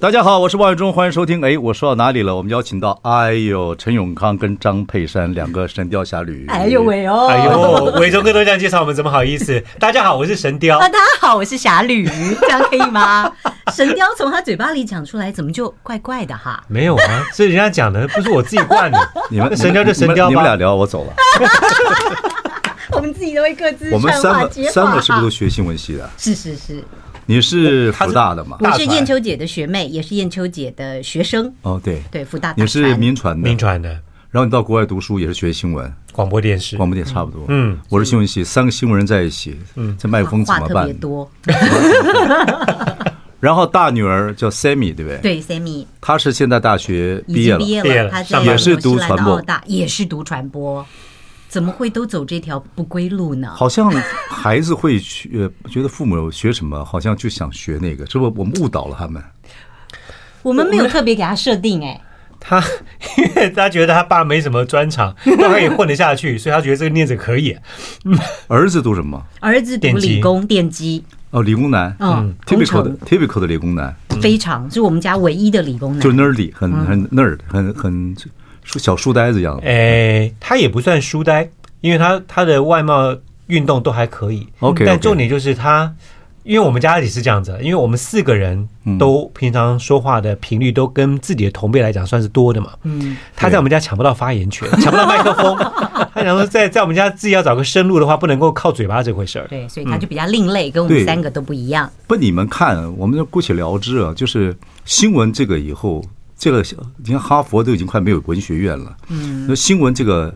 大家好，我是万忠，欢迎收听。哎，我说到哪里了？我们邀请到，哎呦，陈永康跟张佩珊两个《神雕侠侣》。哎呦喂哦！哎呦，伟忠哥都这样介绍我们，怎么好意思？大家好，我是神雕啊，。大家好，我是侠侣，这样可以 吗？神雕从他嘴巴里讲出来，怎么就怪怪的哈？没有啊，是人家讲的，不是我自己灌的。 你们那神雕就你们神雕你们吧俩。聊，我走 了。我们自己都会各自我们三传话个接话三个是不是都哈学新闻系的？是是是，你是福大的嘛？我大是传燕秋姐的学妹，也是燕秋姐的学生，哦，对，对，福大大你是传民传的，民传的然后你到国外读书也是学新闻，广播电视，广播电差不多。嗯，我是新闻系，三个新闻人在一起，这麦克风怎话么特办别？多， 然后大女儿叫 Sammy，对不对？，对，Sammy 她是现在大学已毕业经了毕，业毕业了，了她在上班了也是读纽西兰的传播澳大，也是读传播，怎么会都走这条不归路呢？好像孩子会学，呃觉得父母学什么，好像就想学那个，是不是？我们误导了他们。我们没有特别给她设定哎，他 因为他觉得他爸没什么专长，大概也混得下去，所以他觉得这个念着可以。儿子读什么？儿子读电机理工电机，哦，理工男，嗯工，typical 程的 typical 的理工男，非常是我们家唯一的理工男，就是 nerdy，很嗯很 nerd，很很书小书呆子一样的。哎，他也不算书呆，因为他他的外貌、运动都还可以。 OK，OK 但重点就是他，因为我们家里是这样子，啊因为我们四个人嗯都平常说话的频率都跟自己的同辈来讲算是多的嘛。嗯，他在我们家抢不到发言权，抢不到麦克风。 他想说在，在我们家自己要找个生路的话，不能够靠嘴巴这回事儿。对，所以他就比较另类，跟我嗯对们三个都不一样。不，你们看，我们就姑且聊之啊，就是新闻这个以后，这个你看哈佛都已经快没有文学院了，嗯，那新闻这个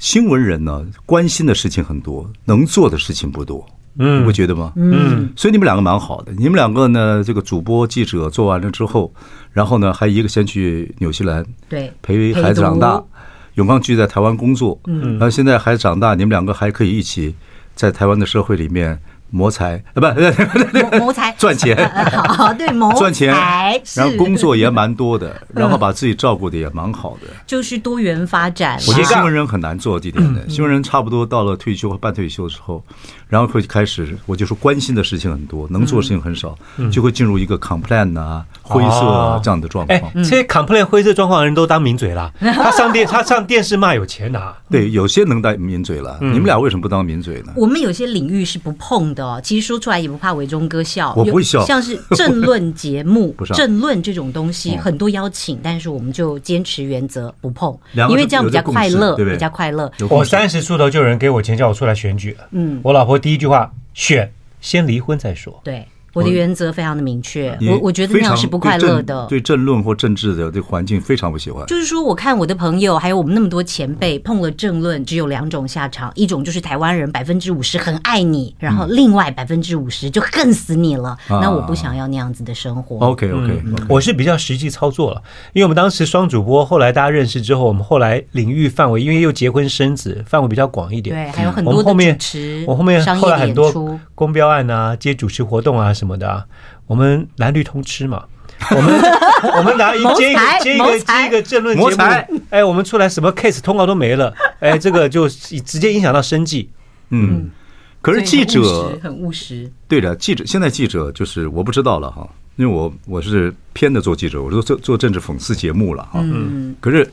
新闻人呢，关心的事情很多，能做的事情不多，嗯，你不觉得吗？嗯，所以你们两个蛮好的，你们两个呢，这个主播记者做完了之后，然后呢，还一个先去纽西兰对，陪孩子长大陪读，永康居在台湾工作，嗯，然后现在孩子长大，你们两个还可以一起在台湾的社会里面谋财，啊，不， 谋谋 财 赚钱呃好，对，谋赚钱财，是然后工作也蛮多的，然后把自己照顾的也蛮好的。 就是多元发展我觉得嘛。新闻人很难做到这点嗯的，新闻人差不多到了退休和半退休之后，然后会开始，我就说关心的事情很多，能做的事情很少，嗯就会进入一个 complain 啊、灰色啊哦这样的状哎嗯况，。这些 complain 灰色状况的人都当名嘴啦。他上电，他上电视骂有钱拿、对，有些能当抿嘴了，你们俩为什么不当抿嘴呢？嗯我们有些领域是不碰的哦，其实说出来也不怕伟忠哥笑。我不会笑有像是政论节目 不、啊上政论这种东西，嗯很多邀请，但是我们就坚持原则不碰，两个因为这样有比这较共快识乐，对不对比较快乐。有我共识三十出头就有人给我钱叫我出来选举了。嗯，我老婆第一句话选先离婚再说。对，我的原则非常的明确，你我我觉得那样是不快乐的。对政对政论或政治的这个环境非常不喜欢。就是说，我看我的朋友，还有我们那么多前辈碰了政论，只有两种下场，一种就是台湾人百分之五十很爱你，然后另外百分之五十就恨死你了。啊那我不想要那样子的生活。 OK 嗯嗯 OK，我是比较实际操作了，因为我们当时双主播，后来大家认识之后，我们后来领域范围，因为又结婚生子，范围比较广一点。对，还有很我多们的后面主持，我后面商后业来的很演多出，公标案啊，接主持活动啊什么的、啊，我们蓝绿通吃嘛。我们我们拿一谋接一个财接一谋个财接一个政论节谋财目，哎，我们出来什么 case 通告都没了，哎，这个就直接影响到生计。嗯，可是记者很务实，对的，记者现在记者就是我不知道了哈，因为我我是偏的做记者，我做做做政治讽刺节目了哈。嗯，可是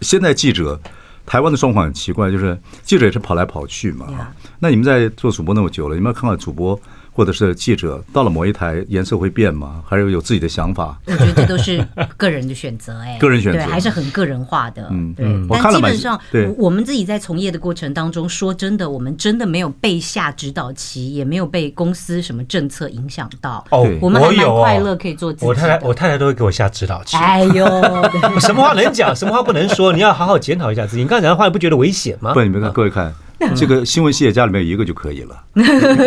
现在记者，台湾的状况很奇怪，就是记者也是跑来跑去嘛哈。那你们在做主播那么久了，你们看到主播或者是记者到了某一台颜色会变吗？还是有自己的想法？我觉得这都是个人的选择、哎，个人选择对，还是很个人化的，嗯对嗯。我但看了基蛮本上，对我我们自己在从业的过程当中，说真的，我们真的没有被下指导棋，也没有被公司什么政策影响到，哦对，我们还蛮有哦快乐可以做自己的我太太我太太都会给我下指导棋，哎呦，我什么话能讲，什么话不能说，你要好好检讨一下自己。你刚才讲的话，你不觉得危险吗啊不，？你们看各位看，嗯这个新闻系列家里面有一个就可以 了，你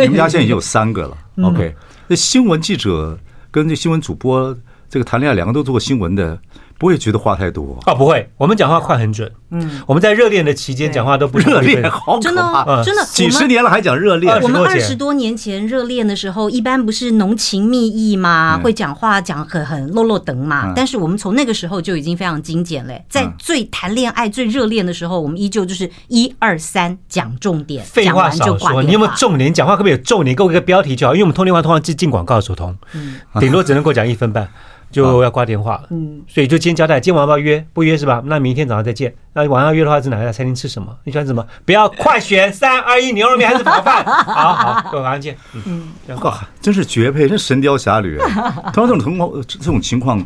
们家现在已经有三个了。OK，那新闻记者跟这新闻主播这个谈恋爱两个都做过新闻的，不会觉得话太多。哦，不会，我们讲话快很准。嗯，我们在热恋的期间讲话都不热恋准好可真的怕，哦真的几我十们年了还讲热恋二我，们多二钱十多年前热恋的时候，一般不是浓情蜜意嘛，嗯会讲话讲很很落落等嘛。但是我们从那个时候就已经非常精简嗯嘞，在最谈恋爱、最热恋的时候，我们依旧就是一二三讲重点，废讲话完就少挂说，电你有没有话重点？你讲话可不可以有重点？给我一个标题就啊好，因为我们通电话通常是进广告的时候通，嗯顶多只能够讲一分半，就要挂电话了。嗯，所以就今天交代，今晚要不要约？不约是吧？那明天早上再见。那晚上约的话是哪家餐厅吃什么？你喜欢什么？不要快选，三二一，牛肉面还是炒饭？好好，各位晚上见。嗯，这样哇，真是绝配，真是神雕侠 侣。通常这种情况，这种情况，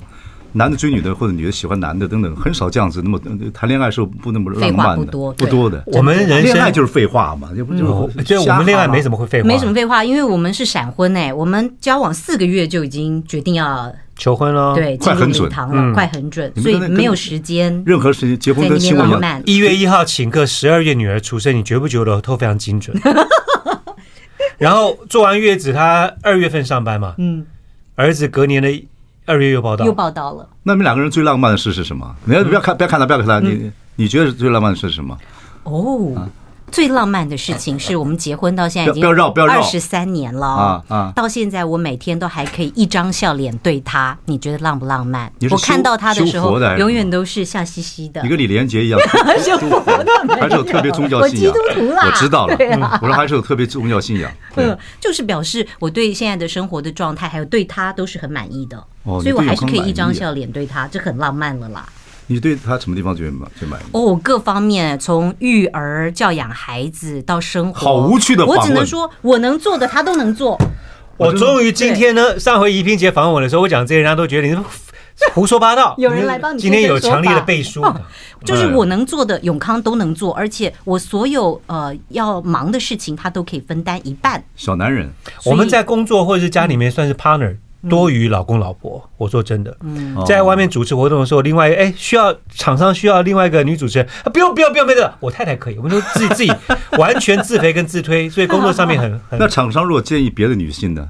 男的追女的，或者女的喜欢男的等等，很少这样子。那么呃谈恋爱时候不那么浪漫废话不的，多不多的。我们人 生恋爱就是废话嘛，要不哦就是所以我们恋爱没怎么。么会废话，没什么废话，因为我们是闪婚哎、我们交往四个月就已经决定要求婚了。对进快入很礼准堂嗯了，快很准，你们所以跟那跟没有时间任何事情结婚在那跟边新闻一浪样，漫。一月一号请客，十二月女儿出生，你觉不觉得都非常 精准？然后做完月子，她二月份上班嘛，嗯，儿子隔年的二月又报道又，报道了，那你们两个人最浪漫的事是什么？你要嗯不要看，不要看他，不要看他，你你觉得最浪漫的事是什么？哦，最浪漫的事情是我们结婚到现在已啊经不要绕不要绕二十三年了啊啊到现在我每天都还可以一张笑脸对他，你觉得浪不浪漫你？是我修看到他的时修候佛的还，是永远都是笑嘻嘻的你。 跟李连杰一样，修佛的还是有特别宗教信仰。我基督徒啦我知道了对啊，我说还是有特别宗教信仰。对嗯，就是表示我对现在的生活的状态，还有对他都是很满意的，哦所以我还是可以一张你对我很满意笑脸对他，这很浪漫了啦。你对他什么地方最满最满意？哦，各方面从育儿、教养孩子到生活，好无趣的我访只问能说，我能做的他都能做。我终于今天呢，上回怡萍姐访问我的时候，我讲这些，人家都觉得你是胡说八道。有人来帮你今天有纠正说强法烈的背书，就是我能做的，永康都能做，而且我所有呃要忙的事情，他都可以分担一半。小男人，所以我们在工作或者是家里面算是 partner。多于老公老婆，我说真的，在外面主持活动的时候，另外哎需要厂商需要另外一个女主持人，啊不用不用不用，没的，我太太可以，我们都自己自 己完全自肥跟自推，所以工作上面 很嗯那很，厂商如果建议别的女性呢，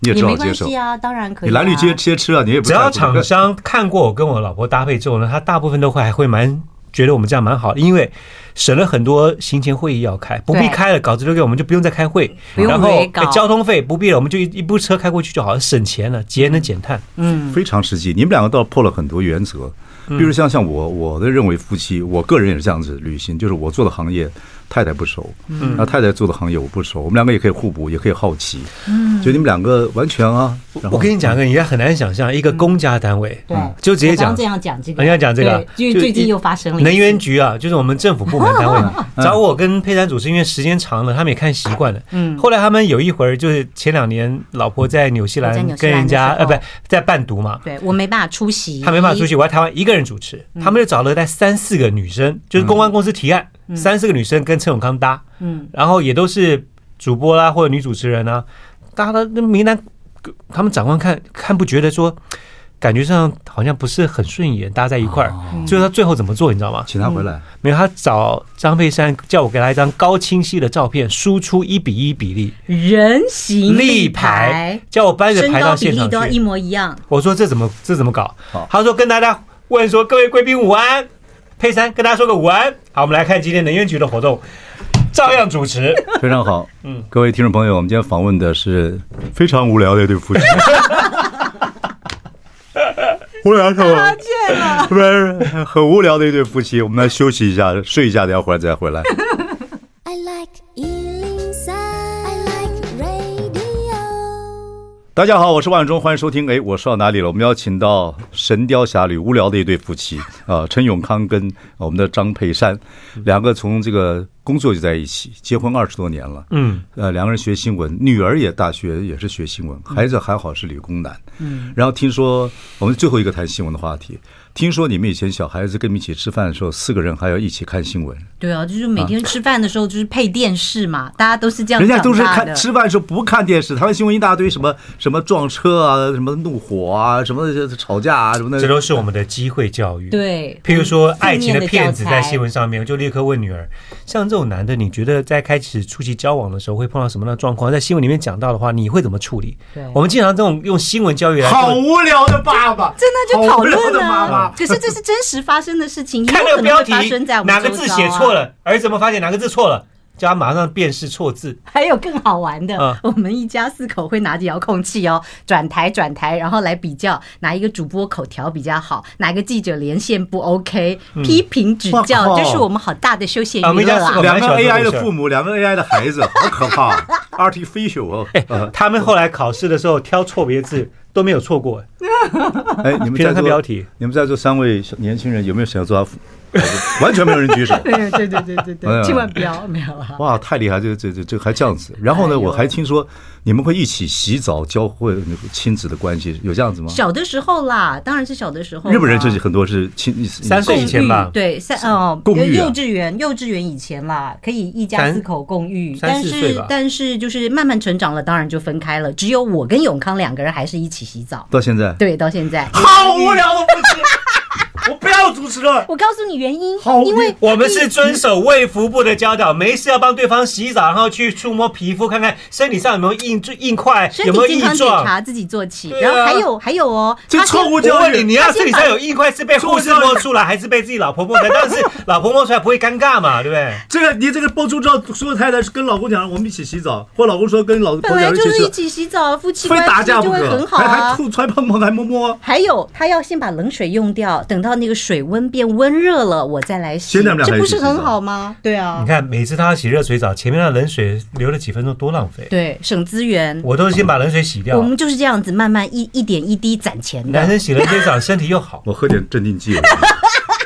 你也也只好没接关受系。啊，当然可以、啊。你蓝绿接接吃啊，你也不只在要乎厂商看过我跟我老婆搭配之后呢，他大部分都会还会蛮觉得我们这样蛮好的，因为省了很多行前会议要开，不必对开了，稿子留给我们就不用再开会，不用然后围稿哎交通费不必了，我们就一一部车开过去就好了，省钱了，节能减碳。嗯非常实际。你们两个倒破了很多原则，比如像像我，我的认为夫妻，我个人也是这样子旅行，就是我做的行业太太不熟，嗯，那太太做的行业我不熟，我们两个也可以互补，也可以好奇，嗯，就你们两个完全啊，然后我跟你讲个，你也很难想象一个公家单位，嗯对，嗯就直接我刚讲这样讲这个，人家讲这个啊，对，因为就最近一又发生了一能源次嗯局啊，就是我们政府部门 单位找我跟佩珊主持，因为时间长了，他们也看习惯了。嗯，后来他们有一回儿就是前两年老婆在纽西我在兰纽西跟兰人家的时呃，候不在伴读嘛，对我没办法出席，他没办法出去，我在台湾一个人主持，嗯他们就找了大概三四个女生，就是公关公司提案，三四个女生跟陈永康搭，嗯，然后也都是主播啦或者女主持人啊，大家都那名单，他们长官看看不觉得说，感觉上好像不是很顺眼，大家在一块儿，哦就是他最后怎么做，你知道吗？请他回来，没有，他找张佩珊叫我给他一张高清晰的照片，输出一比一比例，人形立牌牌，，叫我搬着身排高到比现例场都要一去。模一样。我说这怎么这怎么搞好？他说跟大家问说各位贵宾午安，佩珊跟大家说个午安。好，我们来看今天能源局的活动，照样主持。非常好。嗯，各位听众朋友，我们今天访问的是非常无聊的一对夫 妻。无聊什么？不是 很无聊的一对夫妻，我们来休息一下，睡一下，等一下回来再回来。 I like Ealing Sound. I like radio. 大家好，我是万忠，欢迎收听。哎，我说到哪里了？我们邀请到《神雕侠侣》无聊的一对夫妻啊、陈永康跟啊我们的张佩珊，两个从这个工作就在一起，结婚二十多年了。嗯，呃，两个人学新闻，女儿也大学也是学新闻，孩子还好是理工男。嗯，然后听说我们最后一个谈新闻的话题，听说你们以前小孩子跟你们一起吃饭的时候，四个人还要一起看新闻，对啊，就是每天吃饭的时候就是配电视嘛，大家都是这样人家长都是大的。看吃饭的时候不看电视，台湾新闻一大堆什么什么撞车啊，什么怒火啊，什么吵架啊，什么的。这都是我们的机会教育。。对，譬如说，爱情的的骗子教材在新闻上面，我就立刻问女儿：像这种男的，你觉得在开始初期交往的时候会碰到什么样的状况？在新闻里面讲到的话，你会怎么处理对？我们经常这种用新闻教育来好做，无聊的爸爸， 真的就好讨无聊的论妈妈啊。可是这是真实发生的事情，也看有那可个能标会题发生在我们哪个周字遭写啊错了，儿子们发现哪个字错了，叫他马上辨识错字。还有更好玩的，嗯我们一家四口会拿着遥控器哦，转台转台，然后来比较哪一个主播口条比较好，哪个记者连线不 OK，、批评指哇教，靠这是我们好大的休闲嗯啊我娱们乐一家四啦口。两个我蛮喜欢 AI 这个事的儿父母，两个 AI 的孩子，好可怕啊！Artificial 哦，哎呃他们后来考试的时候挑错别字都没有错过，哎，你们平在常看标座，题。你们在座三位小年轻人有没有想要做他父？呃完全没有人举手。 对对对对对哎呀对，千万不要没有啦。哇，太厉害！这这这这还这样子。然后哎呢，呦我还听说你们会一起洗澡，教会亲子的关系，有这样子吗？小的时候啦，当然是小的时候啦。啊日本人这很多是亲三三岁以前吧对，三哦，共浴啊幼稚园幼稚园以前啦，可以一家三四口共浴，三但四岁是吧但是就是慢慢成长了，当然就分开了。只有我跟永康两个人还是一起洗澡，到现在。对，到现在。好无聊的父亲，我不要主持了。我告诉你原因好，因为我们是遵守卫福部的教导，没事要帮对方洗澡，然后去触摸皮肤，看看身体上有没有硬硬块，身有没体健有异康检状。查自己做起，然后还有还有哦，这他先错误我问你，你要他先身体把上有硬块是被护士摸出来，还是被自己老婆摸出来？但是老婆摸出来不会尴尬嘛，对不对？这个你这个播出之后，所有太太跟老公讲，我们一起洗澡，或老公说跟老婆本来讲就是一洗澡，起洗澡，夫妻非关打系架不就会可很，好还还啊。吐还碰碰还摸摸，还有，他要先把冷水用掉，等到那个水温变温热了，我再来洗，先他们俩这还一不起是洗很澡好吗？对啊你，看每次他要洗热水澡，前面的冷水流了几分钟，多浪费。对，省资源。我都是先把冷水洗掉我，们就是这样子，慢慢一一点一滴攒钱男的。生洗了热水澡身体又好。我喝点镇定 剂。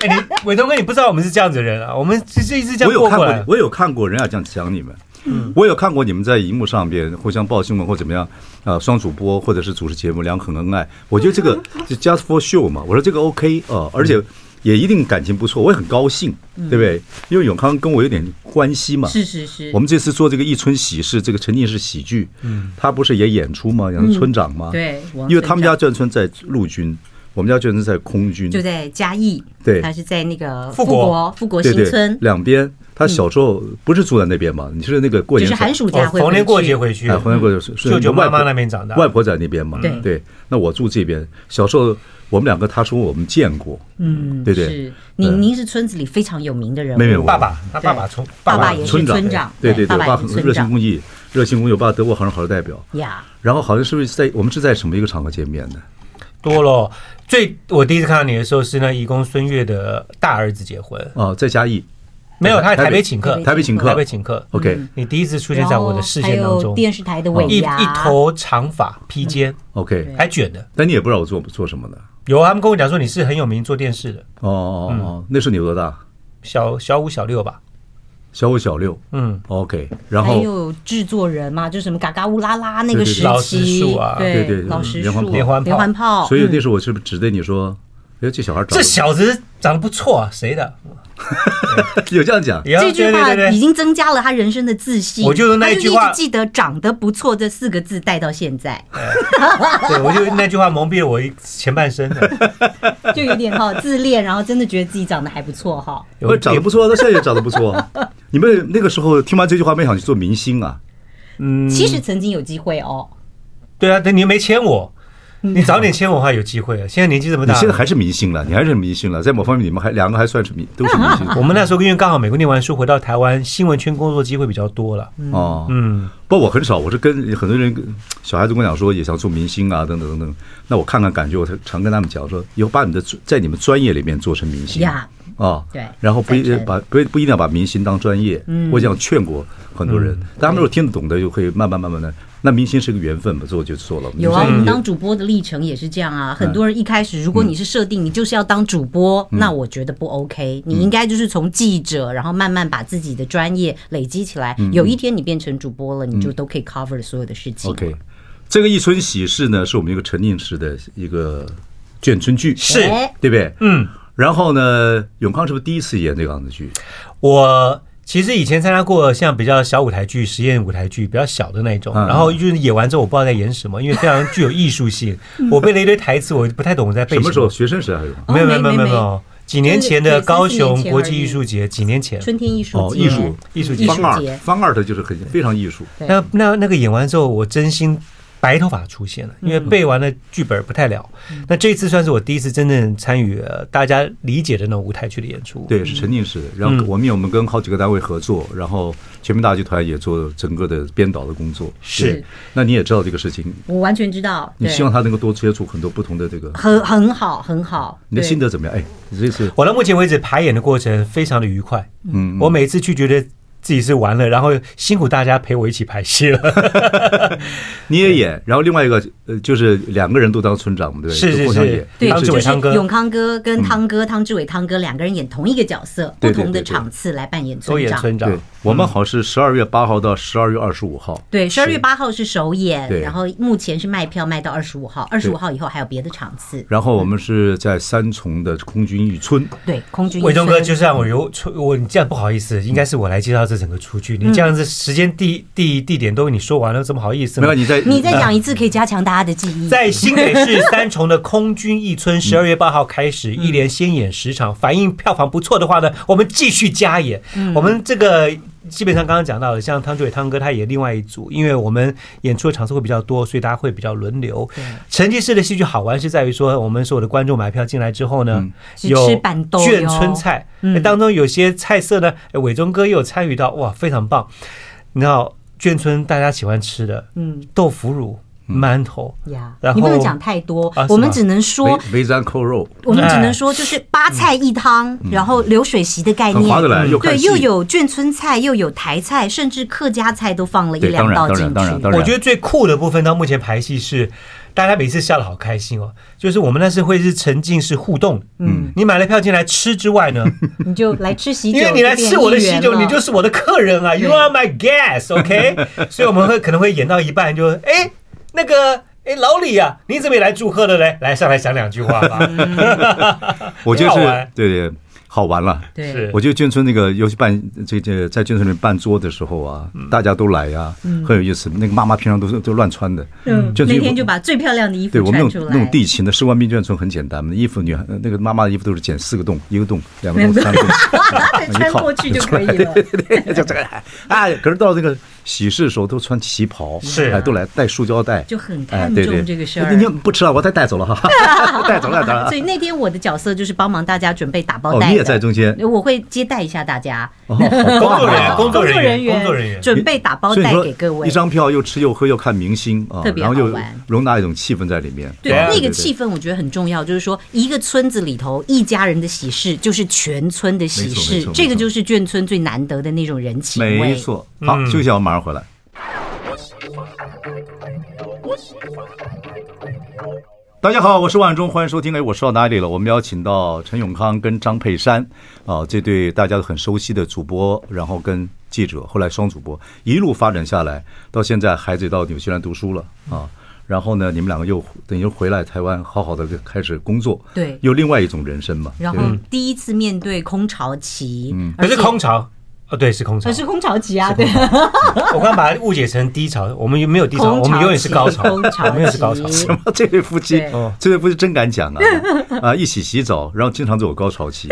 哎，你伟东哥，你不知道我们是这样子的人啊，我们就是一直这我有样过看过过来你，。我有看过人家这样讲你们，嗯我有看过你们在荧幕上边互相报新闻或怎么样，啊，双主播或者是主持节目，两个很恩爱。我觉得这个嗯就 just for show 嘛，我说这个 OK 啊，而且也一定感情不错，我也很高兴，嗯对不对？因为永康跟我有点关系嘛，是是是我，们这次做这个一村喜事，这个沉浸式喜剧，嗯，他不是也演出吗？嗯演村长吗？，对，王啊因为他们家村眷村在陆军，我们家眷村在空军，长就在嘉义，对他是在那个富国国富国对新对村，嗯两边。他小时候不是住在那边嘛？你是那个过就年是时候寒暑我假会哦逢年回过去节回去哎，，回来过就是嗯舅舅外妈妈婆那边长大。外婆在那边嘛，对那我住这边，小时候我们两个，他说我们见过，嗯，对对是您嗯您是村子里非常有名的人物，没有我爸爸，他爸爸从爸爸也是村长，哎村长对对，对爸我爸爸也很是村热心长公益，热心公益，我爸得过好人好事代表。呀，然后好像是不是在我们是在什么一个场合见面的？多了。最我第一次看到你的时候是那义工孙悦的大儿子结婚，哦，在嘉义，没有，他在台北台北请客，台北请客，台北请客。嗯 OK，你第一次出出现在我的视线当还有中，电视台的哦尾一牙，嗯一头长发披肩， OK，还卷的。但你也不知道我做做什么的。有啊他们跟我讲说你是很有名做电视的，哦哦哦哦，那时候你有多大？小小五小六吧，小五、小六。嗯， OK，然还后有制作人嘛，就什么嘎嘎乌拉拉那个时期，对对对老实树啊对对对老实连环树、炮连环炮连环炮，所以嗯那时候我是不是指对你说，哎，这小孩长这得小子长得不错啊，谁的？ 有这样讲？哎也要这句话对对已对对，经增加了他人生的自信。我就是那他一句话直记得“长得不错”这四个字带到现在，对我就那句话蒙蔽了我一前半生的，就有点哈自恋，然后真的觉得自己长得还不错哈。我长得不 错，他啊现在也长得不错。啊你们那个时候听完这句话，没想去做明星啊？嗯，其实曾经有机会哦，对啊，但你又没签我，嗯你早点签我的话有机会啊。现在年纪这么你大，现在还是明星了，你还是明星了，在某方面你们还两个还算是明，都是明星 我们那时候因为刚好美国念完书回到台湾，新闻圈工作机会比较多了。哦。嗯，不，我很少，我是跟很多人跟小孩子跟我讲说也想做明星啊，等等等等。那我看看感觉，我常跟他们讲说，以后把你的在你们专业里面做成明星呀啊，对然后不一赞成把不不一定要把明星当专业，我这样劝过很多人，但他们如果听得懂的，就会慢慢慢慢的。那明星是个缘分嘛，做就做了。有啊，明我星们当主播的历程也是这样嗯啊。很多人一开始，如果你是设定你就是要当主播，嗯那我觉得不 OK。你应该就是从记者，然后慢慢把自己的专业累积起来。嗯有一天你变成主播了，你就都可以 cover 所有的事情。 OK，这个一村喜事呢，是我们一个沉浸式的一个眷村剧，是哎对不对？嗯，然后呢，永康是不是第一次演这个样子剧？我其实以前参加过像比较小舞台剧、实验舞台剧，比较小的那种，嗯然后就是演完之后我不知道在演什么，因为非常具有艺术性，我背了一堆台词，我不太懂我在背嗯什么时候？么。学生时代还有哦没有没有没没有没没有，几年前的高雄国际对艺术节，几年前。春天艺术哦，节艺术艺术节艺术方二节，方二的就是很非常艺术，对那那那个演完之后，我真心白头发出现了，因为背完了剧本不太了。嗯那这一次算是我第一次真正参与呃大家理解的那种舞台剧的演出。，对，是沉浸式的。然后嗯我们有我们跟好几个单位合作，然后全民大剧团也做整个的编导的工作。是对，那你也知道这个事情，我完全知道。你对希望他能够多接触很多不同的这个。很很好，很好。你的对心得怎么样？哎，你这次我到目前为止排演的过程非常的愉快。嗯，我每次去觉得自己是完了，然后辛苦大家陪我一起排 戏了。你也演，然后另外一个呃，就是两个人都当村长，对不对？是就是互相是演，对，汤志就伟是汤哥永康哥跟汤哥、汤志伟、汤哥两个人演同一个角色，嗯对不对同的对对场次来扮演都村演长。村长对，，我们好像是十二月八号到十二月二十五号，对，十二月八号是首演，对然后目前是卖票卖到二十五号，二十五号以后还有别的场次。然后我们是在三重的空军一村，对，空军伟忠哥，医生就是让我有出我你这样不好意思，应该是我来介绍这整个出剧。你这样子时间、地地地点都你说完了，怎么好意思没呢有？你在哎你再讲一次可以加强大家的记忆。在新北市三重的空军一嗯村，十二月八号开始，一连先演十场，反应票房不错的话呢，我们继续加演。嗯我们这个基本上刚刚讲到了，像汤志伟汤哥他也另外一组，因为我们演出的场次会比较多，所以大家会比较轮流。沉浸式的戏剧好玩是在于说，我们所有的观众买票进来之后呢，嗯是有吃板豆哟嗯眷村菜，那当中有些菜色呢，哎伟忠哥也有参与到，哇，非常棒。你知道眷村大家喜欢吃的嗯豆腐乳、馒头。呀然，后你不能讲太多啊，我们是吗只能说梅。梅山扣肉，我们只能说，就是八菜一汤，然后流水席的概哎嗯很划得念，嗯来，又看对，戏又有眷村菜，又有台菜，甚至客家菜都放了一对，当两然道当进然去。当然当然，我觉得最酷的部分到目前排戏是，大家每次笑得好开心哦。就是我们那是会是沉浸式互动，嗯，你买了票进来吃之外 呢，你就来吃喜酒，因为你来吃我的喜就酒，变一你员了就是我的客人啊，You are my guest，OK？、所以我们会可能会演到一半就哎那个。哎，老李呀、你怎么也来祝贺了嘞？来上来讲两句话吧。我觉得很好是玩对对好玩了。 对是我觉得眷村那个，尤其办这这在眷村里面办桌的时候啊，大家都来呀、很有意思。那个妈妈平常都是都乱穿的，嗯，眷村那衣天服就把最漂亮的衣服对我们穿那出种来。那种地勤的士官兵眷村很简单嘛，衣服女孩那个妈妈的衣服都是剪四个洞，一个洞、两个洞、三个洞， 穿过去就可 以了。就这个啊。可是到那个喜事的时候都穿旗袍，是哎，都来带塑胶袋，就很哎看对重对这个事儿你你不吃了，我带带走了哈，带走了带走了所。以那天我的角色就是帮忙大家准备打包哦，袋、你也在中间，我会接待一下大家，哦好棒啊工工作人员，工作人人员，工作人员，准备打包所以袋说给各位一。张票又吃又喝又看明星啊特，别然后好又玩容纳一种气氛在里面。对，对啊那对个对气氛我觉得很重要，就是说一个村子里头一家人的喜事，就是全村的喜没事错没错，这个就是眷村最难得的那种人情味。没错，好，嗯休息一下，我们马上回来。大家好，我是万忠，欢迎收听。哎，我说到哪里了？我们邀请到陈永康跟张佩珊啊，这对大家都很熟悉的主播，然后跟记者，后来双主播一路发展下来，到现在孩子也到纽西兰读书了啊。然后呢，你们两个又等于回来台湾，好好的开始工作，对又另外一种人生嘛。然对后第一次面对空巢期，嗯嗯可而是且空巢，哦，对，是空巢而。是空巢期啊，对，我刚把它误解成低潮，我们没有低潮，我们永远是高 潮，我空巢们永远是高潮。期。什么 这对夫妻对，哦这对夫妻真敢 讲啊！啊，一起洗澡，然后经常走高潮期，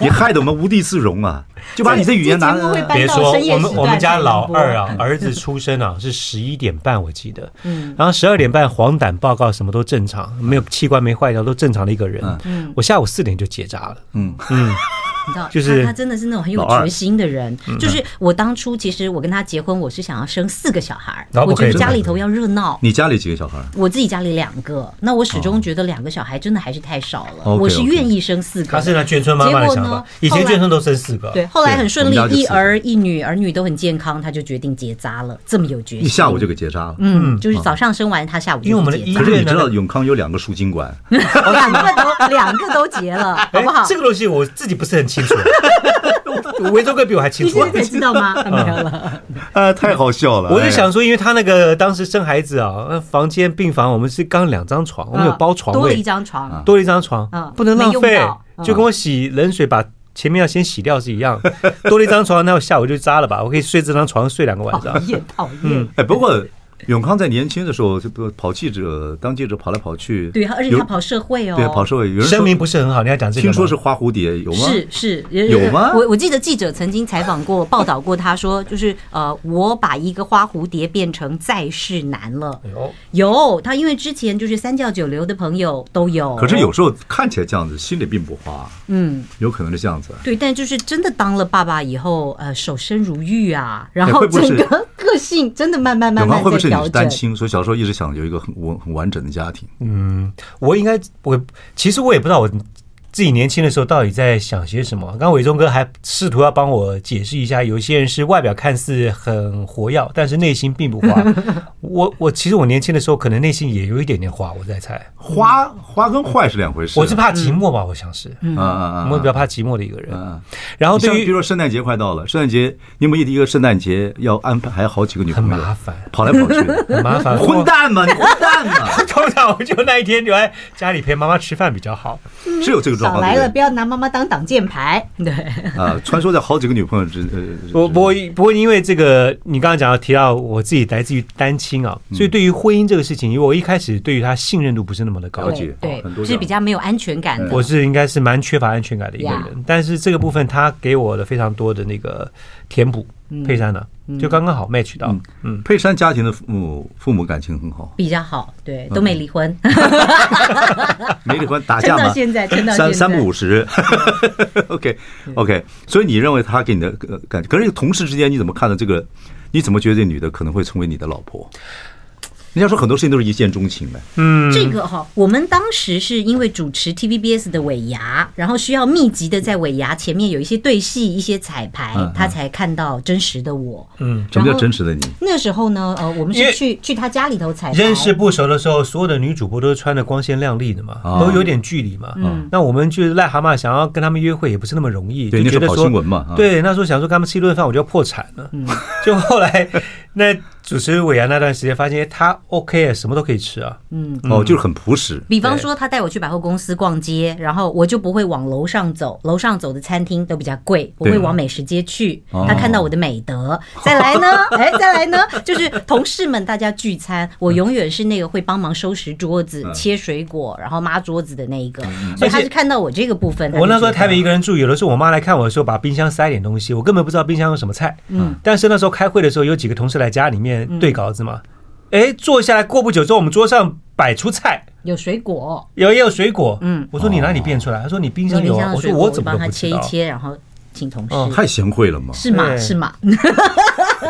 你害得我们无地自容啊！就把你这语言拿这节目会搬别到说深夜我们时我段们嗯家才老能播 二啊，儿子出生啊是十一点半，我记得，嗯，然后十二点半黄疸报告什么都正常，没有器官没坏掉，都正常的一个人。嗯我下午四点就结扎了，嗯，你知道，就是他他真的是那种很有老二决心的人。就是我当初其实我跟他结婚，我是想要生四个小孩儿，然后我不可觉以得家里头要热闹。你家里几个小孩？我自己家里两个，那我始终觉得两个小孩真的还是太少了。 OK，OK 我是愿意生四个的。他是那眷村妈妈的想结果法呢，以前后来眷村都生四个，哎对，，后来很顺利我们，家就一四个儿一女，儿女都很健康，他就决定结扎了，这么有决一心。下午就给结扎了。嗯，就是早上生完，他下午就因为我们的去医结扎可是院你呢知道永嗯康有两个输精管，两个都两个都结了，好哎不好？这个东西我自己不是很清 楚，维州哥比我还清你楚现。在才知道吗？啊没有了。啊，太好笑了！我就哎想说，因为他那个当时生孩子啊，呃房间病房我们是刚两张床，我们有包啊床多了位一，张床，多了一张床嗯，不能浪没费用到，嗯就跟我洗冷水把前面要先洗掉是一样。多了一张床，那我下午就扎了吧，我可以睡这张床睡两个晚讨上。厌讨厌。哎，不过永康在年轻的时候就不跑记者，当记者跑来跑去，对，而且有他跑社会哦，对跑社会，有人声说明不是很好，你要讲这个听吗？说是花蝴蝶，有吗？是是有有吗我我记得记者曾经采访 过、报道过，他说就是呃，我把一个花蝴蝶变成在世男了。哎呦。有他，因为之前就是三教九流的朋友都有，可是有时候看起来这样子，心里并不花，嗯。有可能是这样子。对，但就是真的当了爸爸以后，呃，守身如玉啊，然后哎会不会整是个 个性真的慢慢慢永慢康会不在会是你调是整单。亲，所以小时候一直想有一个很完很完整的家庭？嗯，我应该我其实我也不知道我自己年轻的时候到底在想些什么。刚刚伟忠哥还试图要帮我解释一下，有一些人是外表看似很活跃，但是内心并不 花。我我其实我年轻的时候可能内心也有一点点花，我在猜，花花跟坏是两啊回事。我是怕寂寞吧，我想是，啊啊啊！我比较怕寂寞的一个人。嗯。然后你像对比如于说圣诞节快到了，圣诞节你有没有一个圣诞节要安排好几个女很朋友？麻烦，跑来跑去的，很麻 烦，混蛋嘛，你混蛋嘛， 通常我就那一天留在家里陪妈妈吃饭比较好。是有这个状少况。来对了，不不对要拿妈妈当挡箭牌。 对，啊，传说在好几个女朋友之呃，我不会不会因为这个，你刚刚讲到提到我自己来自于单亲啊，所以对于婚姻这个事情，因为我一开始对于他信任度不是那么的高了，解哦对很，对多嗯是比较没有安全感的。我是应该是蛮缺乏安全感的一个呀人，但是这个部分他给我的非常多的那个填补，佩珊呢就刚刚好 match 到嗯，嗯，佩珊家庭的父母父母感情很好，比较好，对，嗯都没离婚，没离婚打撑架到嘛，现在，撑到现在三三不五十 ，OK OK，所以你认为他给你的呃感觉，可是同事之间你怎么看到这个？你怎么觉得这女的可能会成为你的老婆？人家说很多事情都是一见钟情的，嗯这个哈、我们当时是因为主持 TVBS 的尾牙，然后需要密集的在尾牙前面有一些对戏、一些彩排，嗯嗯他才看到真实的我。嗯，什么然叫后真实的你？那时候呢，呃，我们因为是去去他家里头彩排，认识不熟的时候，所有的女主播都是穿的光鲜亮丽的嘛，啊嗯都有点距离嘛。那我们就是癞蛤蟆，想要跟他们约会也不是那么容易，对就觉那得时候跑说新闻嘛啊对，那时候想说跟他们吃一顿饭我就要破产了。就后来那主持伟阳那段时间，发现哎他 OK，什么都可以吃啊。哦，就是很朴实，比方说，他带我去百货公司逛街，然后我就不会往楼上走，楼上走的餐厅都比较贵，我会往美食街去。哦他看到我的美 德，再来呢，哎，再来呢，就是同事们大家聚餐，我永远是那个会帮忙收拾桌子、切水果，然后抹桌子的那一个，所以他而且是看到我这个部分。嗯我那时候在台北一个，个人住，有的时候我妈来看我的时候，把冰箱塞点东西，我根本不知道冰箱有什么菜。嗯，但是那时候开会的时候，有几个同事来家里面对稿子嘛，哎，坐下来过不久之后，我们桌上摆出菜。有水果，有也有水果，嗯嗯，我说你哪里变出来？他说你冰有箱有冰啊，箱我的说水果，我我怎么帮都他不切知一道。 切，然后请同哦哎事。太贤惠了嘛。是吗？对是吗？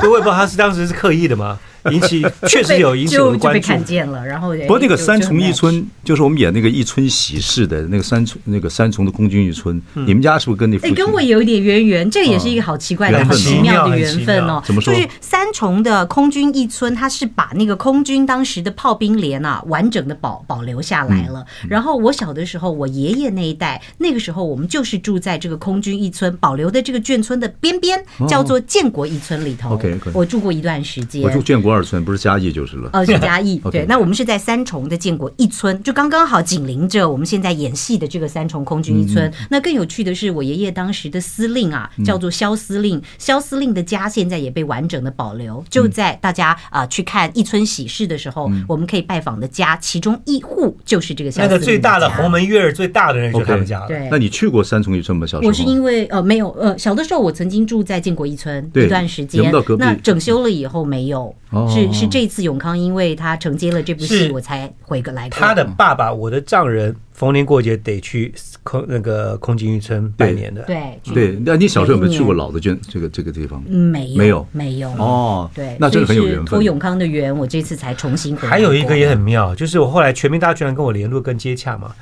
我也不知道他是当时是刻意的 吗？引起确实有引起我就的就关被注看。见了，然后不过那个哎就三就很重一 match 村，就是我们演那个一村喜事的那个三重那个三重的空军一村，嗯你们家是不是跟那附哎，近？跟我有一点渊源，这个也是一个好奇怪的、缘好分奇哦妙的很缘奇妙分哦。怎么说就是三重的空军一村，它是把那个空军当时的炮兵连啊完整的保保留下来嗯了。然后我小的时候，我爷爷那一代，那个时候我们就是住在这个空军一村保留的这个眷村的边边，叫做建国一村里哦头。OK，OK 我住过一段时间。我住建国二村，不是嘉义就是哦了。呃，是嘉 义 OK 对，那我们是在三重的建国一村，就刚刚好紧邻着我们现在演戏的这个三重空军一嗯村。那更有趣的是，我爷爷当时的司令啊，叫做肖司令，肖司令的家现在也被完整的保留，嗯就在大家啊、去看一村喜事的时候，我们可以拜访的家，其中一户就是这个肖那司令个最大的家鸿门月儿最大的人就是 OK 他们家了。对那你去过三重一村吗？小时候？我是因为呃没有呃小的时候我曾经住在建国一村对一段时有没间有到隔，壁那整修了以后没有，哦是是这次永康因为他承接了这部戏是我才回个来过他的爸爸，我的丈人，逢年过节得去空那个空军渔村拜年的。对去对，那你小时候有没有去过每一年老的眷这个这个地方？嗯没有没有没有哦对，那真的很有所以是缘分托永康的缘，我这次才重新回来过。还有一嗯个也很妙，就是我后来全民大剧团跟我联络跟接洽嘛，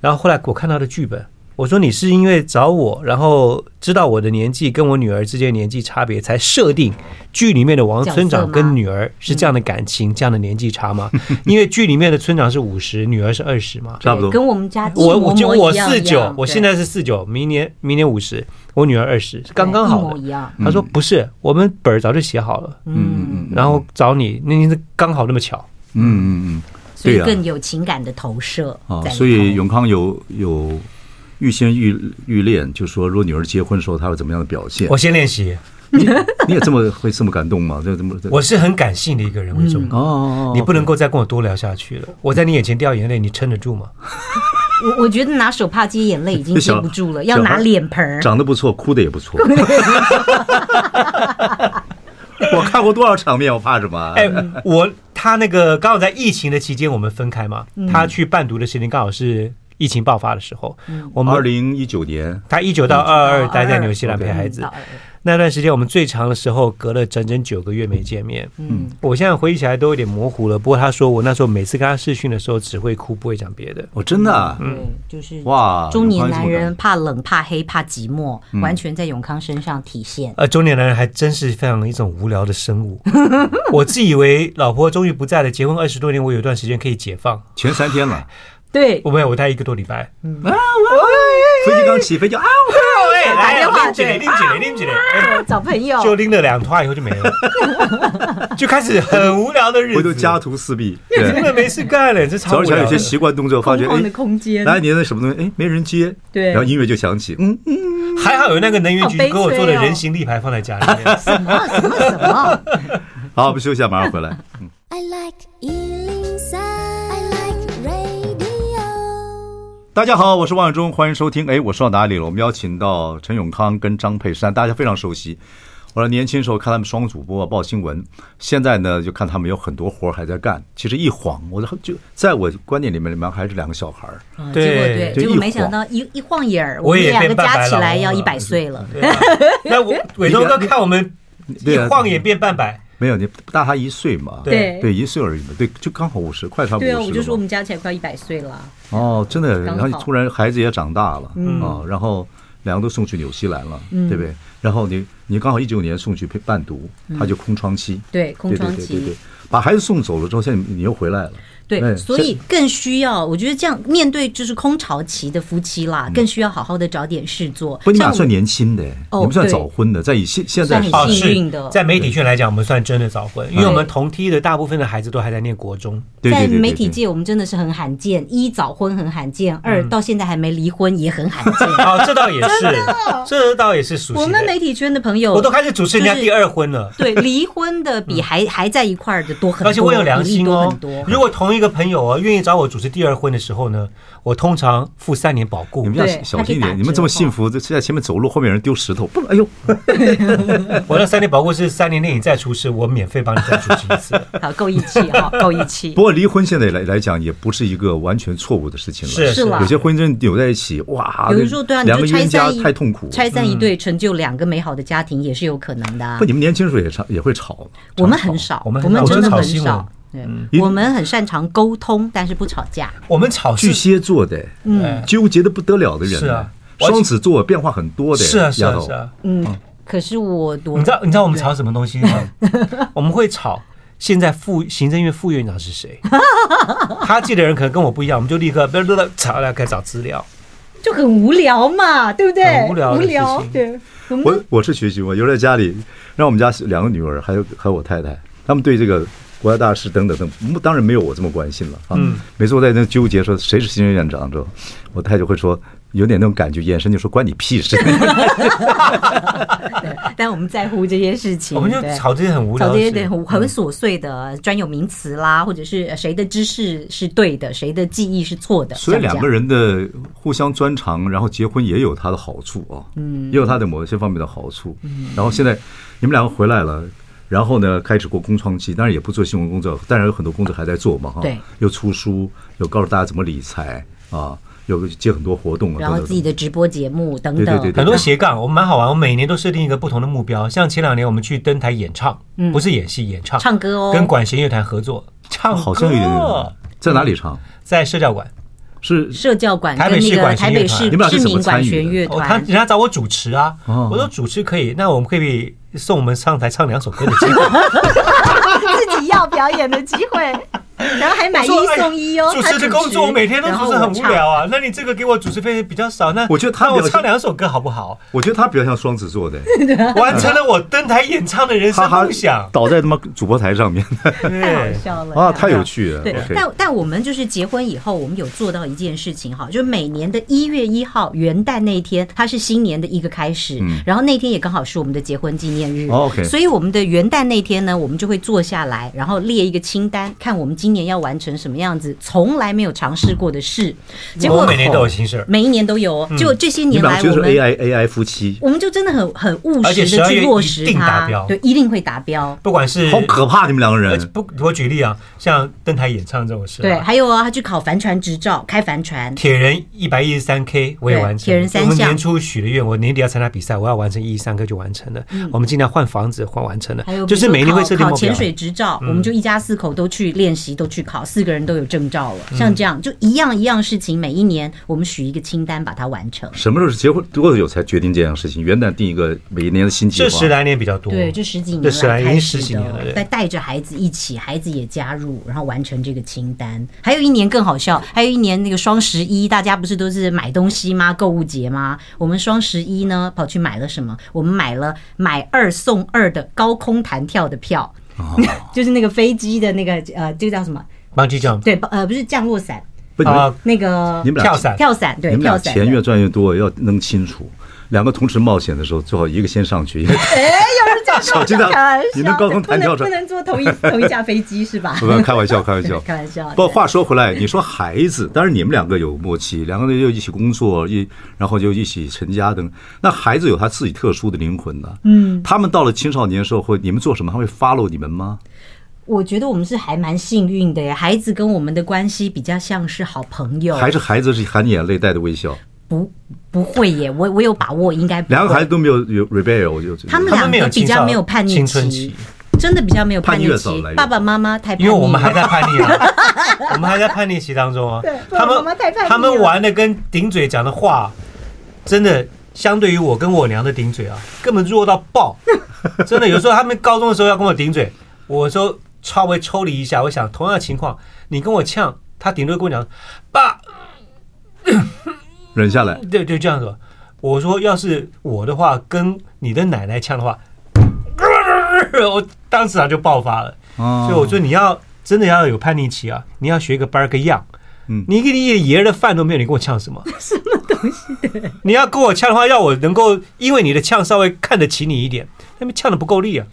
然后后来我看他的剧本，我说你是因为找我，然后知道我的年纪跟我女儿之间年纪差别，才设定剧里面的王村长跟女儿是这样的感情、这样的年纪差 吗？因为剧里面的村长是五十，女儿是二十嘛。差不多对跟我们家一我模我就模一我样四一九样，我对现在是四九，明年明年五十，我女儿二十，刚刚对一好模的。一样。他说不是，我们本儿早就写好了，嗯嗯嗯然后找你，那天是刚好那么巧。嗯嗯所以对啊更有情感的投射嗯，啊，在里头所以永康有有预先预预练，就说如果女儿结婚的时候，她会怎么样的表现我？先练习，你也这么会这么感动吗？这这么这我是很感性的一个人，魏嗯忠。哦哦，哦你不能够再跟我多聊下去了。我在你眼前掉眼泪，你撑得住吗？我我觉得拿手帕接眼泪已经这接 小不住了，小要拿孩脸盆儿。长得不错，哭的也不 错。我看过多少场面，我怕什么？啊哎， 我他那个刚好在疫情的期间，我们分开嘛。他去伴读的时间刚好是疫情爆发的时候，我二们零一九年，他一九到二嗯二待哦在纽西兰22陪孩子嗯到22那段时间，我们最长的时候隔了整整九个月没见面。嗯，我现在回忆起来都有点模糊了。不过他说我那时候每次跟他视讯的时候，只会哭不会讲别的。我真的啊嗯对，就是哇中年永康男这么嗯敢人怕冷、怕黑、怕寂寞，完全在永康身上体现。呃，中年男人还真是非常一种无聊的生 物。我自以为老婆终于不在了，结婚二十多年，我有一段时间可以解放。前三天了，对，我没有，我待一个多礼拜。飞机刚起飞就啊，哦哎，打电话拎起来，对啊哦拎起来，拎起来，哎找朋友就拎了两趟以后就没了， 就开始很无聊的日回头子。家徒四壁。真对，的没事干欸了，这超早无上有聊的些。习惯动作，发啊空觉旷的哎，空间，来你的什么东西，哎，没人接，对然后音乐就响起，嗯，还好有那个能源好局悲催给我做的哦人形立牌放在家里面。什么什么什么？好，我们休息一下，马上回 来。 I like Ealing Sound. I like radio. 大家好，我是王永忠，欢迎收听。哎，我说到哪里了？我们邀请到陈永康跟张佩珊，大家非常熟悉。我说年轻时候看他们双主播报新闻，现在呢就看他们有很多活儿还在干。其实一晃，我就在我观念里面，里面还是两个小孩儿。啊对结果对，就结果一没想晃到一一晃眼儿，我们也两个变半加白起老来要了一百岁了。对啊那我伟东哥看 我们一对啊晃眼变半百，没有，你大他一岁嘛？对对，一岁而已嘛，对，就刚好五十，快差不多对啊，五我十就了说我嘛们加起来快一百岁了。哦，真的，然刚好后你突然孩子也长大了嗯啊，然后两个都送去纽西兰了，对不对？然后你你刚好一九年送去伴读，他就空窗期，对，嗯空对对窗对期。对对，把孩子送走了之后，现在你又回来了。对，哎所以更需要，我觉得这样面对就是空巢期的夫妻啦，更需要好好的找点事做。不，你像俩我算年轻的，哦你们算对早婚的，在以现现在算很哦，幸是运的在媒体圈来讲，我们算真的早婚，因为我们同梯的大部分的孩子都还在念 国中。。对在对对对媒体对界，我们真的是很罕见，一早婚很罕见，二到现在还没离婚也很罕见哦，这倒也是，这倒也是熟我悉们的。媒体圈的朋友，我都开始主持人家就是第二婚了。对离婚的比还还在一块儿的多很多，而且我有良心哦比例多很。多。如果同一个朋友啊愿意找我主持第二婚的时候呢，我通常付三年保你固们。要对小还可以心一打点，你们这么折哦幸福，这在前面走路，后面有人丢石头，不，哎呦，我那三年保固是三年内你再出事，我免费帮你再主持一 次。好够义气哈，够义气不。过离婚现在来来讲，也不是一个完全错误的事情了。是是啦有些婚姻真扭在一起，哇，有人说对啊，你两就个拆冤家散一太痛苦。嗯拆散一对，成就两个美好的家庭也是有可能的啊不，。你们年轻时候也吵，也会吵。我们很少，我们我们很少真的我很们很少少。对，嗯我们很擅长沟通，但是不吵架。我们吵巨是蟹座的，嗯纠结的不得了的人，是啊双子座变化很多的，是啊是丫啊头是啊。嗯，可是我我你知道你知道我们吵什么东西吗？ 我们会吵。现在副行政院副院长是 谁？他记的人可能跟我不一样，我们就立刻不要不要吵了，开始找资料。就很无聊嘛，对不对？很无聊的事情对。我们我我是学习，我留在家里，让我们家两个女儿还有还有我太太，他们对这个国家大事等等等，嗯当然没有我这么关心了啊。嗯每次我在那纠结说谁是新任院长之后，我太太就会说有点那种感觉，眼神就说关你屁事。对但我们在乎这些事情，我们就对吵这些很无聊吵的这事。些嗯对很很琐碎的专有名词啦，或者是呃谁的知识是对的，谁的记忆是错的。所以两个人人的互相专长，然后结婚也有它的好处啊，嗯，也有它的某些方面的好处。然后现在你们两个回来了，然后呢开始过空窗期，当然也不做新闻工作，当然有很多工作还在做嘛，哈，对，又出书，有告诉大家怎么理财啊，有接很多活动啊，然后等等自己的直播节目等等，对对对很多斜杠，我们蛮好玩。我们每年都设定一个不同的目标，像前两年我们去登台演唱，不是演戏，演唱，唱歌哦跟管弦乐团合作唱歌，好像有点在哪里唱？在社教馆。是社教馆台跟北那市个管弦台北乐团市你们俩市是怎么民管参与弦的乐哦，他团人。家找我主持啊，哦我说主持可以，那我们可以送我们上台唱两首歌的机会。 自己要表演的机 会，然后还买一我说哎送一哦。主他持的工作我每天都然主后持很我无唱聊啊，那你这个给我主持费比较少，那我觉得他那我表现唱两首歌好不好？我觉得他比较像双子座的，完成了我登台演唱的人哈生哈梦想，。倒在他妈主播台上面太好对，笑了啊，太有趣了。对， OK 但但我们就是结婚以后，我们有做到一件事情哈，就是每年的一月一号元旦那一天，它是新年的一个开始，嗯然后那天也刚好是我们的结婚纪念日、哦，OK 所以我们的元旦那天呢，我们就会坐下来，然后列一个清单，看我们今年要完成什么样子从来没有尝试过的事。结果我每年都有心事儿。每一年都有哦，嗯结果这些你年们俩来我就是们 AI AI 夫妻，我们就真的很很务而且实的12月去落实一定达它标，对，一定会达标。不管是好可怕！你们两个而且人，不，我举例啊，像登台演唱这种事、啊，对，还有啊，他去考帆船执照，开帆船，铁人一百一十三 K 我也完成，对铁人三项我们年初许的愿，我年底要参加比赛，我要完成一三 K 就完成了。我们尽量换房子，换完成了嗯还有，比就如是说每年会设定考目考标嗯潜。水执照，我们就一家四口都去练习，都去考，四个人都有证照了。嗯像这样，就一样一样事情，每一年我们许一个清单，把它完成。什么时候是结婚多久才决定这样的事情？元旦定一个每年的新计这划，十来年比较多，对，这十几年这来十来已开经始十的几年了，再对。带着孩子一起，孩子也加入，然后完成这个清单。还有一年更好笑，还有一年那个双十一，大家不是都是买东西吗？购物节吗？我们双十一呢，跑去买了什么？我们买了买二送二的高空弹跳的票，哦 就是那个飞机的那个呃，这个叫什么？邦基 jump 对，不呃，不是降落伞，不你们啊，那个你们俩跳伞跳伞，对，你们跳俩伞。 钱越赚越多，要弄清楚。两个同时冒险的时候，最好一个先上 去，哎因为 小心点开玩笑你能高空弹跳着不能不。能坐同一同一架飞机是 吧？，不不，开玩笑，开玩笑 开玩笑不，话说回来，你说孩子，当然你们两个有默契，两个人又一起工作，一然后就一起成家等。那孩子有他自己特殊的灵魂呢、嗯，他们到了青少年时候，会你们做什么，他会 follow 你们吗？我觉得我们是还蛮幸运的耶，孩子跟我们的关系比较像是好朋友，还是孩子是含眼泪带着微笑？不不会耶，我我有把握应该不会两个孩子。都没有有 rebel，我就觉得他们他们两没有个比较青少没有叛逆青春期，真的比较没有叛叛逆逆越期早来。越爸爸妈妈太叛逆因了，为我们还在叛 逆啊，我们还在叛逆期当中啊。他我们们太叛逆了他们玩的跟顶嘴讲的话，真的相对于我跟我娘的顶嘴啊，根本弱到 爆。真的，有时候他们高中的时候要跟我顶嘴，我说稍微抽离一下，我想同样的情况，你跟我呛，他顶多跟我讲爸，忍下来。对对，这样子。我说要是我的话，跟你的奶奶呛的话，我当时他就爆发了。啊所以我说你要真的要有叛逆期啊，你要学个班儿个样。嗯你给你爷儿的饭都没有，你跟我呛什么？ 什么东西？ 你要跟我呛的话，要我能够因为你的呛稍微看得起你一点，他们呛的不够力啊。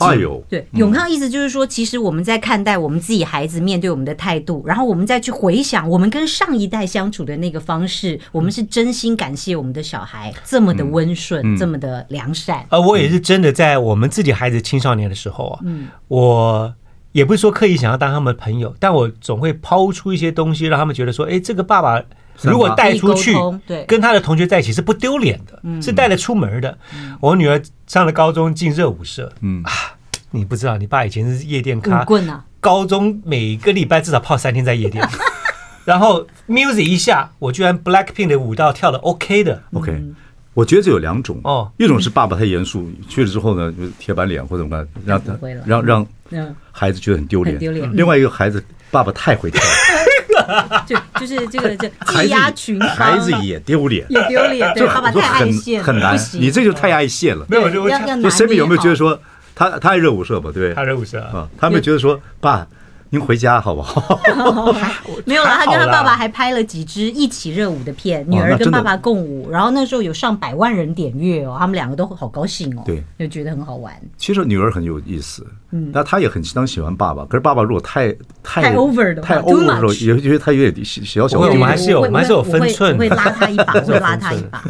哎呦，对，永康意思就是说，其实我们在看待我们自己孩子面对我们的态度，然后我们再去回想我们跟上一代相处的那个方式，我们是真心感谢我们的小孩这么的温顺，嗯这么的良善。而呃我也是真的在我们自己孩子青少年的时候啊，嗯我也不是说刻意想要当他们的朋友，但我总会抛出一些东西，让他们觉得说，哎，这个爸爸散发如果带出可去以沟通对，嗯跟他的同学在一起是不丢脸的，是带得出门的。我女儿上了高中进热舞社，啊嗯你不知道，你爸以前是夜店咖舞，棍啊，高中每个礼拜至少泡三天在 夜店。然后 music 一下，我居然 Blackpink 的舞蹈跳的 OK 的， ，OK。我觉得这有两种嗯哦一种是爸爸太严肃，去了之后呢，就是铁板脸或者什么，让他不会了让让嗯，孩子觉得很丢脸。嗯很丢脸另外一个孩子，爸爸太 会跳，就就是这个这 孩子技压群芳，孩子也丢脸。也丢脸，对，就爸爸我说太爱现很了，很难不，行你这就太爱现了。没有我就我要要拿就 Sammy 捏有没有觉得好说他他爱热舞社吧？对不他对热舞社啊。啊，他们觉得说爸，您回家好不好？没有了，还他好跟他啦爸爸还拍了几支一起热舞的片，女哇儿哦那跟真的爸爸共舞，然后那时候有上百万人点阅哦，他们两个都好高兴哦，对，就觉得很好玩，其实女儿很有意思，那她也很当喜欢爸爸。可是爸爸如果太太太 over 的话太 too over 的时候， much 也会觉得他有点小小小不会我心们还是有我会我们还是有分寸我会我会拉他 一把，我会拉他一把。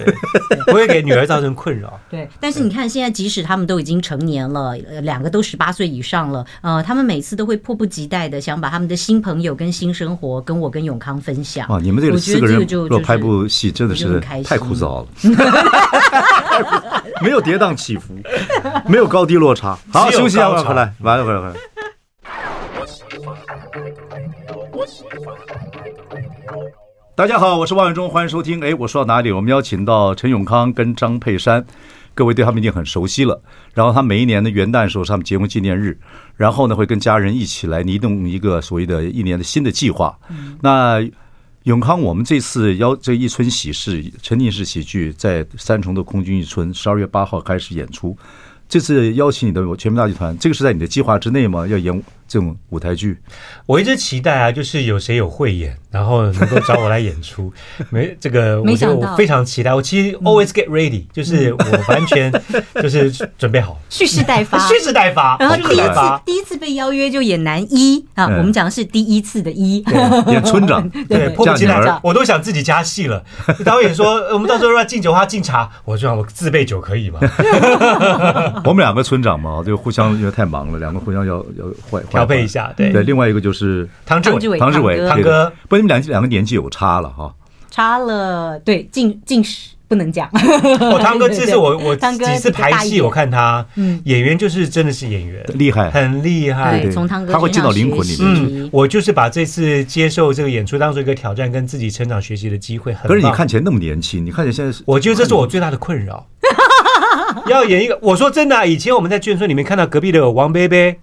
不会给女儿造成困扰。对，但是你看，现在即使他们都已经成年了，呃两个都十八岁以上了，呃，他们每次都会迫不及待的想把他们的新朋友跟新生活跟我跟永康分享。啊！你们这我个觉四得个这人个就如果拍就是部戏，真的就是很开心太枯燥了， 没有跌宕起伏，没有高低落差。好，只有休息一下，高回潮来回来，完了回来回来。大家好，我是王永忠，欢迎收听。哎，我说到哪里？我们邀请到陈永康跟张佩珊，各位对他们已经很熟悉了。然后他每一年的元旦的时候是他们结婚纪念日，然后呢会跟家人一起来拟定一个所谓的一年的新的计划。嗯那永康，我们这次邀这一村喜事沉浸式喜剧在三重的空军一村，十二月八号开始演出。这次邀请你的全民大剧团，这个是在你的计划之内吗？要演这种舞台剧？我一直期待啊，就是有谁有慧眼，然后能够找我来演出。没这个，我没觉得想到嗯我非常期待。我其实 always get ready，、就是我完全就是准备好，蓄势 待发。蓄势待发，然后蓄第势一待次 发。第一次被邀约就演男一啊，嗯我们讲的是第一次的一，演村长， 对，迫不及嫁女待儿，我都想自己加戏了。导演说，呃我们到时候要敬酒花敬茶，我就想我自备酒可以吗？我们两个村长嘛，就互相因为太忙了，两个互相要要换调配一。下，对换，对，另外一个就是唐志唐志伟伟哦唐志伟唐哥对的不，你们两两个年纪有差了哈。差了对近近十不能讲。我堂哥，对这对是我我堂哥几次比较大排一戏，点我看他嗯演员就是真的是演员，厉害很 厉害。对对，从汤哥他会进到灵魂里面嗯身上学习嗯我就是把这次接受这个演出当做一个挑战，跟自己成长学习的机会。很可是你棒看，起来那么年轻，你看起来现在是，我觉得这是我最大的困扰。 要演一个，我说真的啊、以前我们在眷村里面看到隔壁的王贝贝，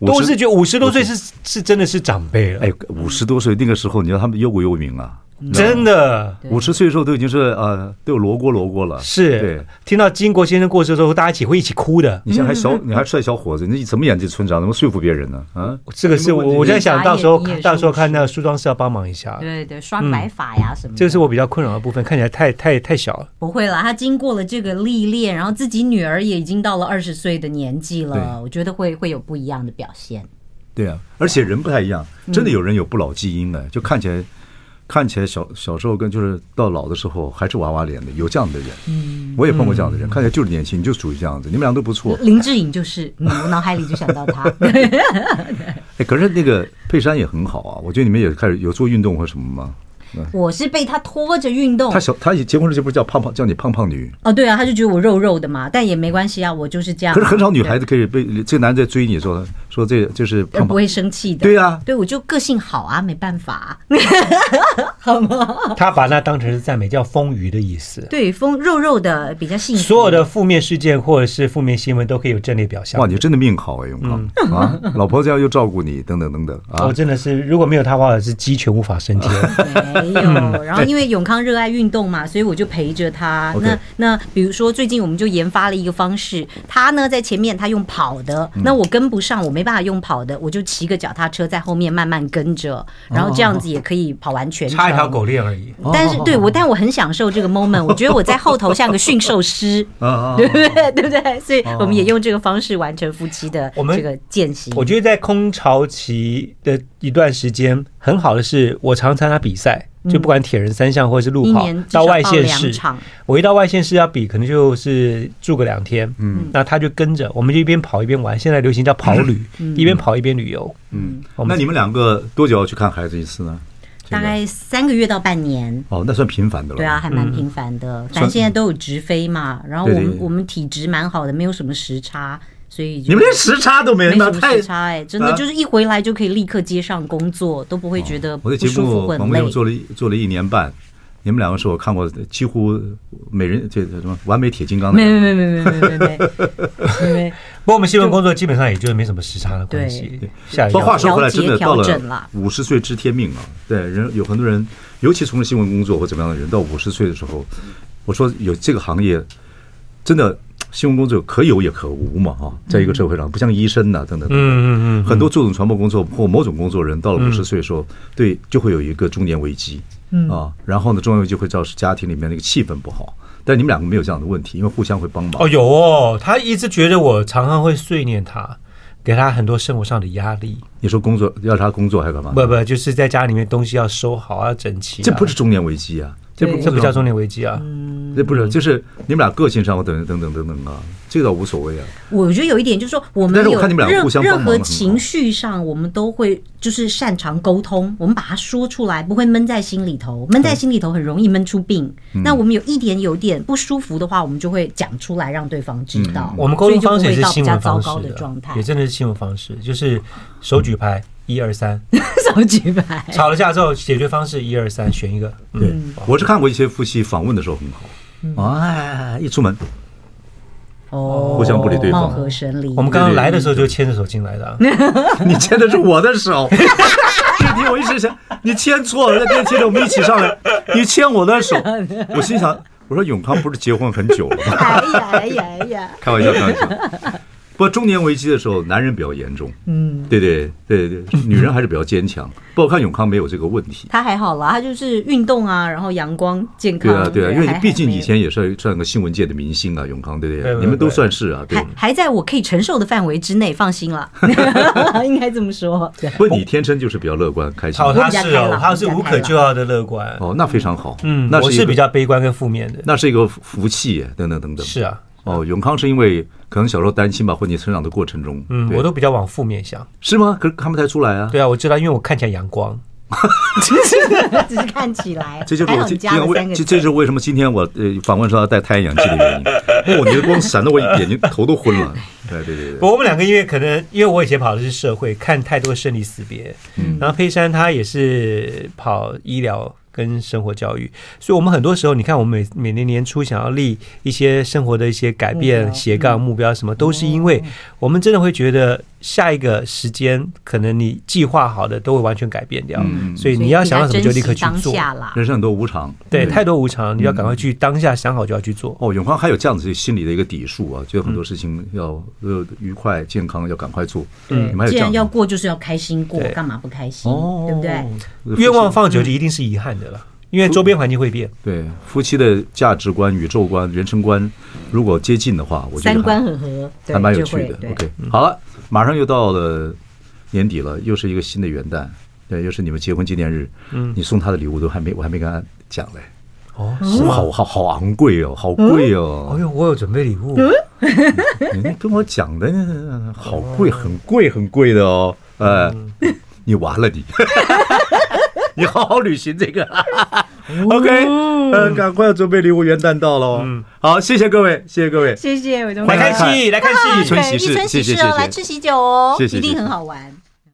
都50是觉得五十多岁是是真的是长辈了，哎五十多岁那个时候，你知道他们忧国忧民啊，真的。对五十岁的时候都已经是呃都有罗锅罗锅了。是对，嗯听到金国先生过世之后，大家一起会一起哭的。你现在还嗯小，你还帅小伙子，你怎么演这村长？怎么说服别人呢？啊，这个是我我在想你到时候眨眼你也到时候说不看那个梳妆师要帮忙一下。对对，刷白发呀什么的，这个是我比较困扰的部分，看起来太太太小了。不会啦。他经过了这个历练，然后自己女儿也已经到了二十岁的年纪了，对我觉得会会有不一样的表现。对啊，而且人不太一样，嗯真的有人有不老基因哎，就看起来看起来小小时候跟就是到老的时候还是娃娃脸的，有这样的人，嗯，我也碰过这样的人，看起来就是年轻，就属于这样子，你们俩都不错。林志颖就是，嗯，我脑海里就想到 他。对哎，可是那个佩珊也很好啊，我觉得你们也开始有做运动或什么吗？我是被他拖着运动她，小她结婚之前不是叫胖胖叫你胖胖女，哦，对啊，他就觉得我肉肉的嘛，但也没关系啊，我就是这样啊。可是很少女孩子可以被这个男的在追你说说这就是对。呃胖胖，不会生气的，对啊对我就个性好啊，没办法啊、他把那当成是赞美，叫丰腴的意思。对，风肉肉的比较幸福。所有的负面事件或者是负面新闻都可以有正面表象。哇，你真的命好哎，永康、嗯啊，老婆这样又照顾你，等等等等啊我，真的是，如果没有他的话，我是鸡犬无法升天。 没有，然后因为永康热爱运动嘛，所以我就陪着他。 OK 那那比如说最近我们就研发了一个方式，他呢在前面，他用跑的，那我跟不上，我没办法用跑的，我就骑个脚踏车在后面慢慢跟着，然后这样子也可以跑完全程。哦差一条狗链而嗯已。哦但是对我，但我很享受这个 moment，我觉得我在后头像个驯兽师，啊啊，啊 对不对？对不对？所以哦我们也用这个方式完成夫妻的我们这个践行。我觉得在空巢期的一段时间，很好的是，我常参加比赛，就不管铁人三项或者是路一跑年，至到少外报县两市，场我一到外县市要比，可能就是住个两天，嗯，那他就跟着，我们就一边跑一边玩。现在流行叫跑旅，一边跑一边旅游。嗯我，们那你们两个多久要去看孩子一次呢？这大个概三个月到半年。哦，那算频繁的了。对啊，，还蛮频繁的。反正现在都有直飞嘛，然后我嗯对们对对我们体质蛮好的，没有什么时差，所以就你们连时差都没没有，什那么太时……差哎、真的啊就是一回来就可以立刻接上工作，都不会觉得哦我不的节舒目服、广很播节累目。做了一做了一年半，你们两个是我看过几乎每人这这什么完美铁金刚的没人。没没没没没没没没，不过我们新闻工作基本上也就是没什么时差的关系。下一不过话个，说回来，真的到调节调了整啦五十岁知天命啊！对人有很多人，尤其从事新闻工作或怎么样的人，到五十岁的时候，我说有这个行业，真的新闻工作可有也可无嘛啊！在一个社会上，不像医生呐、等等等等。嗯嗯嗯，很多做这种传播工作或某种工作人到了五十岁的时候，对就会有一个中年危机，啊，然后呢，中年危机会造成家庭里面那个气氛不好。但你们两个没有这样的问题，因为互相会帮忙。哦，有哦，他一直觉得我常常会碎念他，给他很多生活上的压力。你说工作要他工作还干嘛？不不，就是在家里面东西要收好啊，整齐啊、这不是中年危机啊，这不对这不叫中年，年危机啊。这不是就是你们俩个性上或等等等等等等啊，这个倒无所谓啊。我觉得有一点就是说，我们但是我有看你们两个任互相帮忙任何很好情绪上，我们都会就是擅长沟通，我们把它说出来，不会闷在心里头，闷在心里头很容易闷出病。嗯那我们有一点有点不舒服的话，我们就会讲出来，让对方知道。我们沟通方式也是所以新就不会到比较糟 闻方式糕的的状态也。真的是新闻方式，就是手举牌，一二三，什么举牌？吵了架之后解决方式一二三，选一个。对嗯，，我是看过一些夫妻访问的时候很好，哎，一出门 哦，互相不理对方貌合神离。我们刚刚来的时候就牵着手进来的啊，你牵的是我的手，这题我一直想，你牵错了，在电梯里我们一起上来，你牵我的手，我心想，我说永康不是结婚很久了 吗？哎呀哎呀哎呀，开玩笑，开玩笑。不过中年危机的时候，男人比较严重， 嗯，对对对对，女人还是比较坚强。不过我看永康没有这个问题。他还好啦，他就是运动啊，然后阳光健康。对啊，对啊，因为你还毕竟还没以前也是算个新闻界的明星啊，永康，对不对对？对你们都算是啊，对还。还在我可以承受的范围之内，放 心了，应该这么说。对不，你天生就是比较乐观、开心吵。他我比是较开哦，朗他是无可救药的乐观。哦，那非常好。嗯，那我一个是比，较悲观跟负面的。那是一个福气，等等等等。是啊，哦，永康是因为可能小时候担心吧，或者你成长的过程中，嗯，对我都比较往负面想。是吗？可是看不太出来啊。对啊，我知道，因为我看起来阳光。只是看起来，这就是还我好你今加了为三个这字，这就是为什么今天我呃访问说要戴太阳眼镜的原因。哦，你的光闪得我眼睛头都昏了。对对对对，我们两个因为可能，因为我以前跑的是社会，看太多生离死别，嗯然后佩珊她也是跑医疗跟生活教育，所以我们很多时候，你看我们每每年年初想要立一些生活的一些改嗯目变标斜杠目标什么，都是因为我们真的会觉得下一个时间可能你计划好的都会完全改变掉，嗯所以所以你要想到比什较么就立刻珍惜去做当。下啦。人生很多无常。对，太多无常，你要赶快去当下想好就要去做。嗯哦，永康还有这样子心理的一个底数啊，觉得很多事情要呃愉快、健康，要赶快做。嗯，你们还有既这然样要过，就是要开心过对，干嘛不开心？哦，对不对？对愿望放久就一定是遗憾的了，因为周边环境会变。对夫妻的价值观、宇宙观、人生观，如果接近的话，我觉得三还观很合，对还蛮有就趣会的。对嗯 OK，好了，马上又到了年底了，又是一个新的元旦，对，又是你们结婚纪念日。嗯，你送他的礼物都还没，我还没跟他讲嘞，哦，好好好昂贵哦，好贵哦哎，呦，我有准备礼物，你跟我讲的呢好贵，很贵，很贵的哦，呃，你完了你。 你好好履行这个，OK，嗯、呃，赶快准备礼物，元旦到了哦。好，谢谢各位，谢谢各位，谢谢伟东来哥，看戏，来看戏一。村喜对事，一村谢喜谢事谢哦，来谢吃喜酒哦，谢谢一定谢谢很好玩。